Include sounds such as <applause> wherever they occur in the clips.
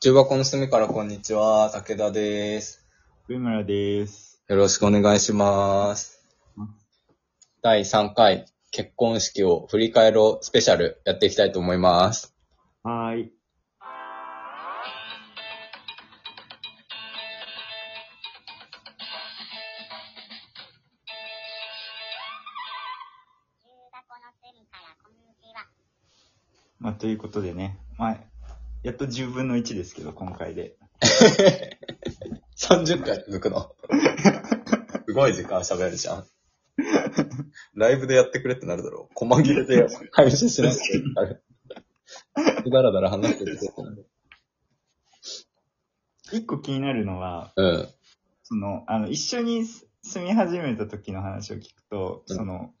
重箱の隅からこんにちは、武田です。上村です。よろしくお願いします。第3回、結婚式を振り返ろうスペシャルやっていきたいと思います。はーい。中学の隅からこんにちは。まあ、ということでね、まあ、やっと10分の1ですけど、今回で。 30回続く <laughs> の。すごい時間喋るじゃん。ライブでやってくれってなるだろう。細切れで配信しなくていいから。だらだら話してるけど。一個気になるのは、うん。その、あの、一緒にす住み始めた時の話を聞くと、うんその、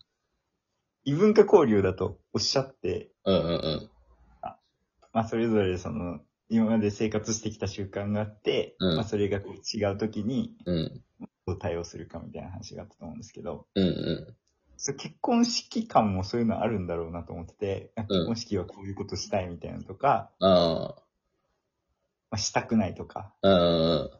異文化交流だとおっしゃって、うんうんうん。まあ、それぞれその、今まで生活してきた習慣があって、うんまあ、それがこう違う時に、うん。どう対応するかみたいな話があったと思うんですけど、うんうん。そう結婚式感もそういうのあるんだろうなと思ってて、あうん結婚式はこういうことしたいみたいなのとか、あまあ、したくないとか。あ。うん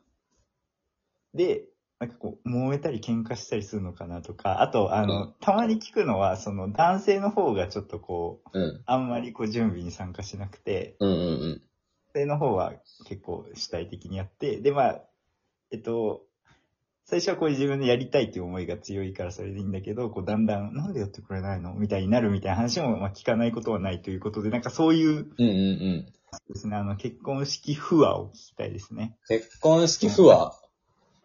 で、なんかこう、揉めたり喧嘩したりするのかなとか、あと、あの、たまに聞くのは、その男性の方がちょっとこう、うん。うん。あんまりこう準備に参加しなくて、うんうんうん。女性の方は結構主体的にやって、で、まあ、えっと、最初はこう自分でやりたいっていう思いが強いからそれでいいんだけど、こうだんだん、なんでやってくれないのみたいになるみたいな話も、まあ、聞かないことはないということで、なんかそういううんうんうん。ですね、あの、結婚式不和を聞きたいですね。結婚式不和。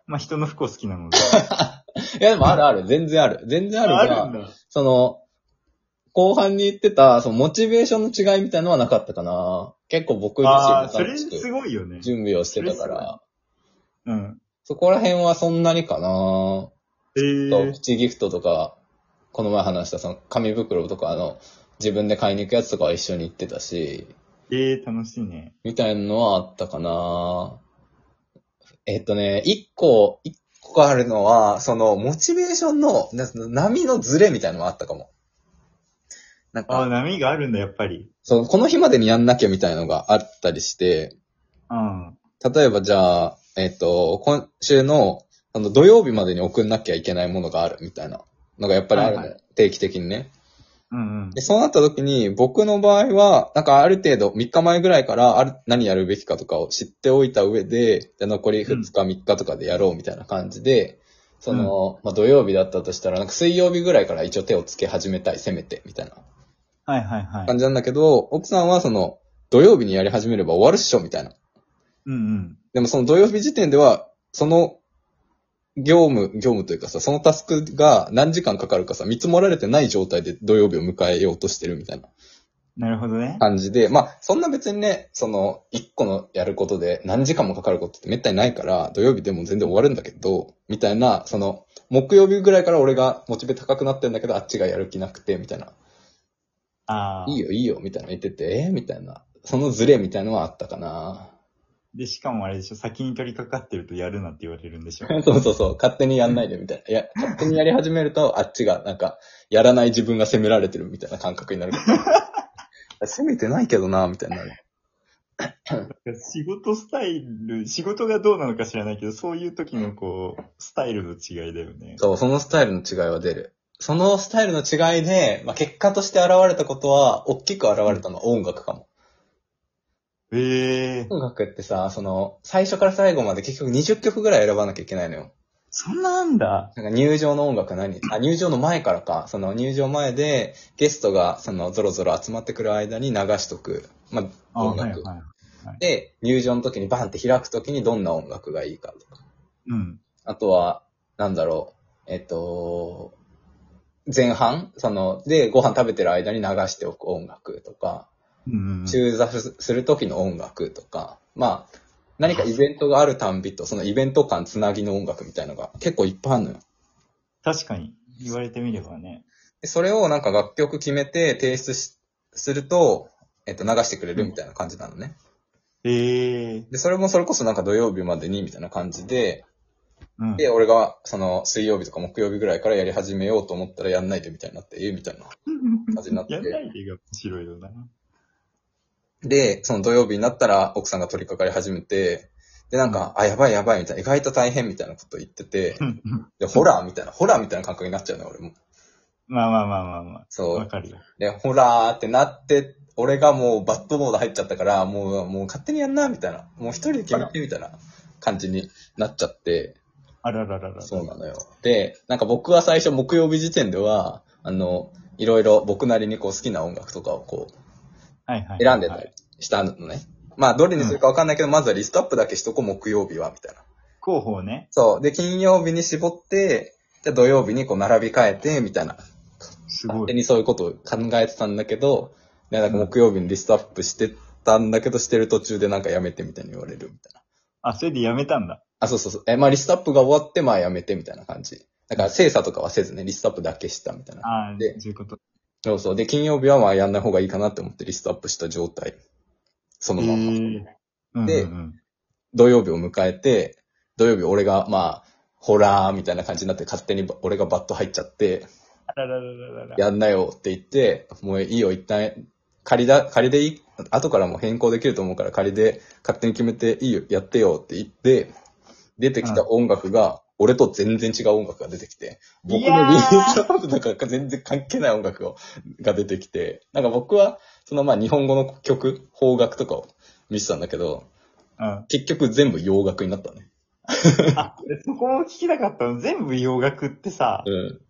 まあ、人の不幸好きなので。いや、でもあるある。全然ある。全 <laughs> 然あるが、だ。その、後半に言ってた、その、モチベーションの違いみたいのはなかったかな。結構僕自ああー、そ身れもちすょっごいよねと。準備をしてたから、うん。そこら辺はそんなにかな。えと、ープ、チギフトとか、この前話したその、紙袋とか、あの、自分で買いに行くやつとかは一緒に行ってたし、えー、楽しいね。みたいなのはあったかな。えっとね、一個、一個あるのは、その、モチベーションの、な波のズレみたいなのはあったかも。なんああ、か、波があるんだ、やっぱり。その、この日までにやんなきゃみたいなのがあったりして、うん。例えばじゃあ、えっと、今週の、あの、土曜日までに送んなきゃいけないものがあるみたいなのがやっぱりあるの、はいは定期的にね。うんうんで、。そうなった時に、僕の場合は、なんかある程度、3日前ぐらいから、ある、何やるべきかとかを知っておいた上で、じゃあ残り2日、3日とかでやろうみたいな感じで、その、まあ、土曜日だったとしたら、なんか水曜日ぐらいから一応手をつけ始めたい、せめて、みたいなはいはいは感い。じなんだけど、奥さんはその、土曜日にやり始めれば終わるっしょ、みたいな。うんうん。でもその土曜日時点では、その、業務、業務というかさ、そのタスクが何時間かかるかさ、見積もられてない状態で土曜日を迎えようとしてるみたいな。なるほどね。感じで、まあ、そんな別にね、その、一個のやることで何時間もかかることってめったにないから、土曜日でも全然終わるんだけど、みたいな、その、木曜日ぐらいから俺がモチベ高くなってんだけど、あっちがやる気なくて、みたいな、ああ。いいよいいよ、みたいな言ってて、えーみたいな、そのズレみたいのはあったかな。で、しかもあれでしょ、先に取り掛かってるとやるなって言われるんでしょ。そうそうそう、勝手にやんないで、みたいな。いや、勝手にやり始めると、あっちが、なんか、やらない自分が責められてるみたいな感覚になる <laughs> から。責めてないけどな、みたいになる。仕事スタイル、仕事がどうなのか知らないけど、そういう時のこう、スタイルの違いだよね。そう、そのスタイルの違いは出る。そのスタイルの違いで、まあ、結果として現れたことは、大きく現れたのは音楽かも。ええー。音楽ってさ、その、最初から最後まで結局20曲ぐらい選ばなきゃいけないのよ。そんなあんだ。なんか入場の音楽何あ、入場の前からか。その入場前で、ゲストが、その、ゾロゾロ集まってくる間に流しとく。まあ、あ音はい楽。はい。で、入場の時にバンって開く時にどんな音楽がいいかとか。うん。あとは、なんだろう、えっと、前半その、で、ご飯食べてる間に流しておく音楽とか、うんうんうん。中座すする時の音楽とか、まあ、何かイベントがあるたんびと、そのイベント間つなぎの音楽みたいのが結構いっぱいあるのよ。確かに。言われてみればね。でそれをなんか楽曲決めて提出し、すると、えっと、流してくれるみたいな感じなのね。ええー。で、それもそれこそなんか土曜日までにみたいな感じで、うん。で、俺が、その、水曜日とか木曜日ぐらいからやり始めようと思ったらやんないでみたいになって、えみたいな感じになってやんないでが面白いよな。で、その土曜日になったら奥さんが取り掛かり始めて、で、なんか、あ、やばいやばいみたいな、意外と大変みたいなこと言ってて、で、ホラーみたいな、ホラーみたいな感覚になっちゃうね、俺も。まあまあまあまあまあ。そうわ。かるよ。で、ホラーってなって、俺がもうバッドモード入っちゃったから、もう、もう勝手にやんな、みたいな。もう一人で決めて、みたいな感じになっちゃって、あららららら。そうなのよ。で、なんか僕は最初木曜日時点では、あの、いろいろ僕なりにこう好きな音楽とかをこうはいはい。選んではたいり。したのね。まあ、どれにするかわかんないけど、まずはリストアップだけしとこう、木曜日は、みたいな。候補をね。そう。で、金曜日に絞って、じゃあ土曜日にこう並び替えて、みたいなす勝ご手い。にそういうことを考えてたんだけど、ねなんか木曜日にリストアップしてたんだけど、してる途中でなんかやめてみたいに言われるみたいな。あ、それでやめたんだ。あ、そうそうそう。え、まあリストアップが終わって、まあやめてみたいな感じ。だから精査とかはせずね、リストアップだけしたみたいな。ああ、そうでいうこと。そうそう。で、金曜日はまあやんない方がいいかなって思ってリストアップした状態。そのまま。うんうんでうん、土曜日を迎えて、土曜日俺がまあ、ホラーみたいな感じになって勝手にば俺がバット入っちゃって、あらららららら。やんなよって言って、もういいよ、一旦、仮だ、仮でいい、後からもう変更できると思うから仮で勝手に決めていいよ、やってよって言って、出てきた音楽が、俺と全然違う音楽が出てきて、僕いやのーリーダーとか全然関係ない音楽をが出てきて、なんか僕は、そのまあ日本語の曲、邦楽とかを見てたんだけど、うん。結局全部洋楽になったね。あ、そこも聞きたかったの。全部洋楽ってさ、うん。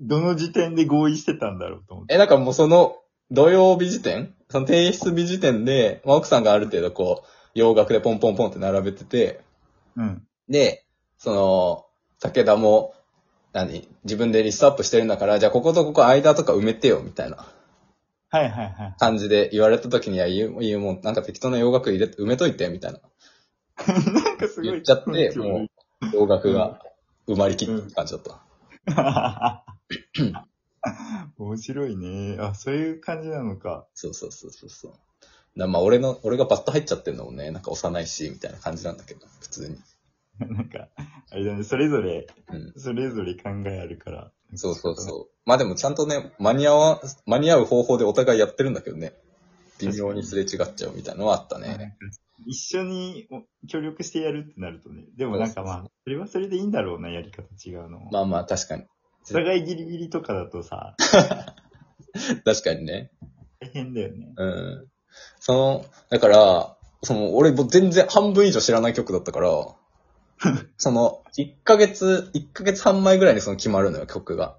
どの時点で合意してたんだろうと思って。え、なんかもうその、土曜日時点その提出日時点で、まあ、奥さんがある程度こう、洋楽でポンポンポンって並べてて、うん。で、その、武田も、何自分でリストアップしてるんだから、じゃあこことここ間とか埋めてよ、みたいなはいはいはい。感じで言われた時には、いや言う、言うもん、なんか適当な洋楽入れ、埋めといて、みたいな。なんかすごい。言っちゃって、もう、洋楽が埋まりきった感じだった。 <laughs> う。面白いね。あ、そういう感じなのか。そうそうそうそうそう。なまあ俺の、俺がバット入っちゃってるのもね、なんか幼いし、みたいな感じなんだけど、普通に。なんか、あれだね、それぞれ、うん。それぞれ考えあるから。そうそうそう。まあでもちゃんとね、間に合わ、間に合う方法でお互いやってるんだけどね。微妙にすれ違っちゃうみたいなのはあったね。一緒にお協力してやるってなるとね。でもなんかまあ、それはそれでいいんだろうな、やり方違うのも。まあまあ確かに。 <laughs> お互いギリギリとかだとさ、確かにね。大変だよね。うん。その、だから、その、俺もう全然半分以上知らない曲だった <laughs> から、その、1ヶ月、1ヶ月半前ぐらいにその決まるのよ、曲が。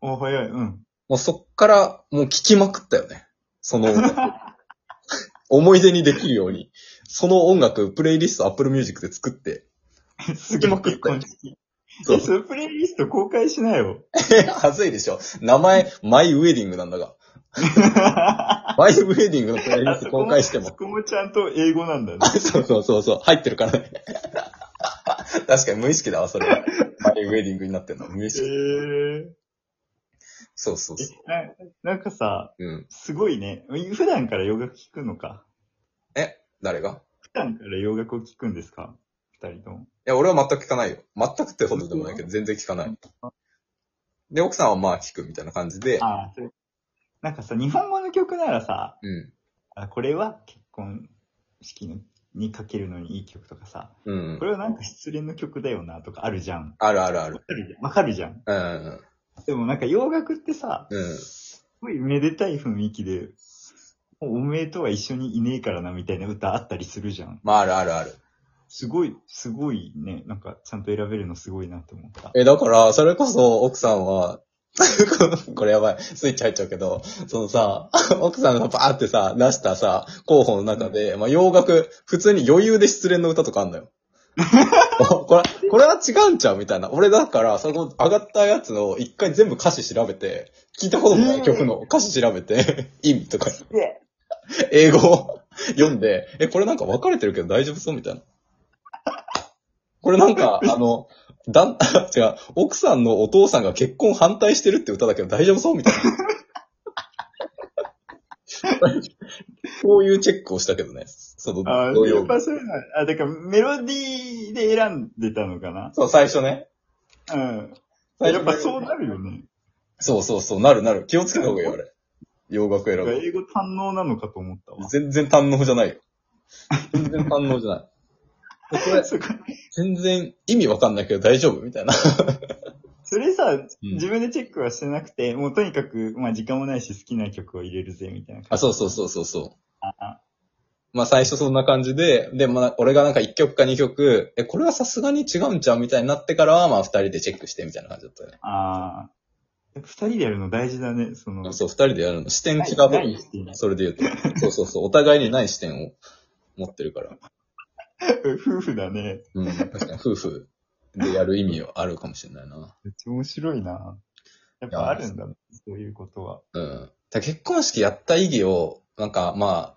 お、早 <laughs> い、うん。もうそっから、もう聞きまくったよね。そ <laughs> の音楽。思い出にできるように。その音楽、プレイリスト、Apple Music で作 <laughs> って。すきげえまくったよ結婚式。そえ、う。そのプレイリスト公開しな <laughs> よ。はずいでしょ。名前、マイウェディングなんだ <laughs> が。マイウェディングのプレイリスト公開しても。そ <laughs> こもちゃんと英語なんだねあ。そうそうそうそう。入ってるからね。 <laughs> 確かに無意識だわ、それは。マイウェディングになってんの。無意え識。そうそうそう。ー、ななんかさ、うん。すごいね。普段から洋楽聴くのか。え誰が普段から洋楽を聴くんですか二人とも。いや、俺は全く聞かないよ。全くってほどでもないけど、全然聞かない。で、奥さんはまあ聞くみたいな感じで。ああ、それ。なんかさ、日本語の曲ならさ、うん。あこれは結婚式のにかけるのにいい曲とかさ、うんこ。れはなんか失恋の曲だよなとかあるじゃん。あるあるあるわ。かるじゃん。わかるじゃん。うん。でもなんか洋楽ってさ、うん。すごいめでたい雰囲気で、もうおめえとは一緒にいねえからなみたいな歌あったりするじゃん。まああるあるある。すごい、すごいね。なんかちゃんと選べるのすごいなと思った。え、だから、それこそ奥さんは、 <laughs> これやばい、スイッチ入っちゃうけど、そのさ、 <laughs> 奥さんがバーってさ、出したさ、候補の中で、まあ洋楽、普通に余裕で失恋の歌とかあんだよ。これ、これは違うんちゃうみたいな。俺だから、その上がったやつを一回全部歌詞調べて、聞いたこともない曲の歌詞調べて、 <laughs> 意味とか、で、英語を読んで、え、これなんか分かれてるけど大丈夫そうみたいな。これなんか、あの、だん、 <laughs> 違う、奥さんのお父さんが結婚反対してるって歌だけど大丈夫そうみたいな。 <laughs> そういうチェックをしたけどね。その、あ同ーや様っぱそういうの、あ、だからメロディーで選んでたのかなそう、最初ね。うん。最やっ初ぱそうなるよね。そうそうそう、なるなる。気をつけた方がいいよ、あれ。洋楽選なんかぶ。英語堪能なのかと思ったわ。全然堪能じゃないよ。全然堪能じゃない。 <laughs> これ、そこ全然意味わかんないけど大丈夫みたいな。それさ、自分でチェックはしてなくて、もうとにかく、まあ時間もないし好きな曲を入れるぜ、みたいな感あ、そうそうそうそうそう。あまあ最初そんな感じで、で、まあ俺がなんか1曲か2曲、え、これはさすがに違うんちゃうみたいになってからは、まあ2人でチェックしてみたいな感じだったよね。あー。二人でやるの大事だね、その。そう、2人でやるの。視点違うないとないしていないそれで言うと。そうそうそう。お互いにない視点を持ってるから。 <laughs> 夫婦だね。うん。確かに夫婦でやる意味はあるかもしれないな。めっちゃ面白いな。やっぱあるんだね、そういうことは。うん。だから結婚式やった意義を、なんかまあ、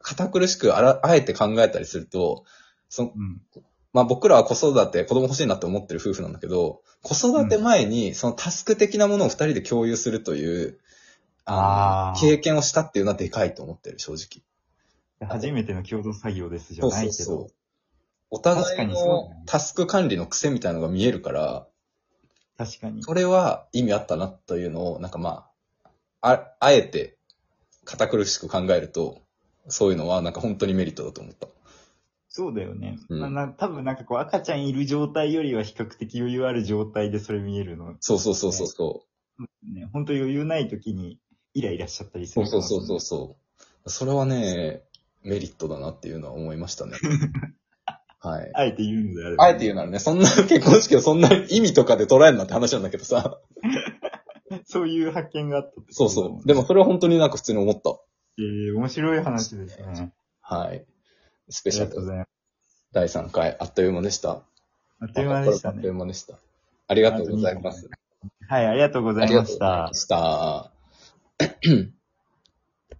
堅苦しくあら、あえて考えたりすると、そのうん。まあ僕らは子育て、子供欲しいなって思ってる夫婦なんだけど、子育て前にそのタスク的なものを二人で共有するという、ああのー経験をしたっていうのはでかいと思ってる、正直。初めての共同作業ですじゃないけど。う。お互確かいにそうだのねタスク管理の癖みたいなのが見えるから、確かに。それは意味あったなというのを、なんかまあ、あ、あえて堅苦しく考えると、そういうのはなんか本当にメリットだと思った。そうだよね。うんまあな多分なんかこう赤ちゃんいる状態よりは比較的余裕ある状態でそれ見えるの。そうそうそうそうそね、本当余裕ない時にイライラしちゃったりすう。るかそうら。そうそうそう。それはね、メリットだなっていうのは思いました <laughs> ね。はい。あえて言うのであれば。あえて言うならね、そんな結婚式をそんな意味とかで捉えるなって話なんだけどさ。そういう発見があったってそうそう。でもそれは本当になんか普通に思った。えー、面白い話ですね。はい。スあペりシャがとうルございます。第3回、あっという間でした。あっという間でしたあっといねう。間でした。ありがとうございます。はい、ありがとうございました。した。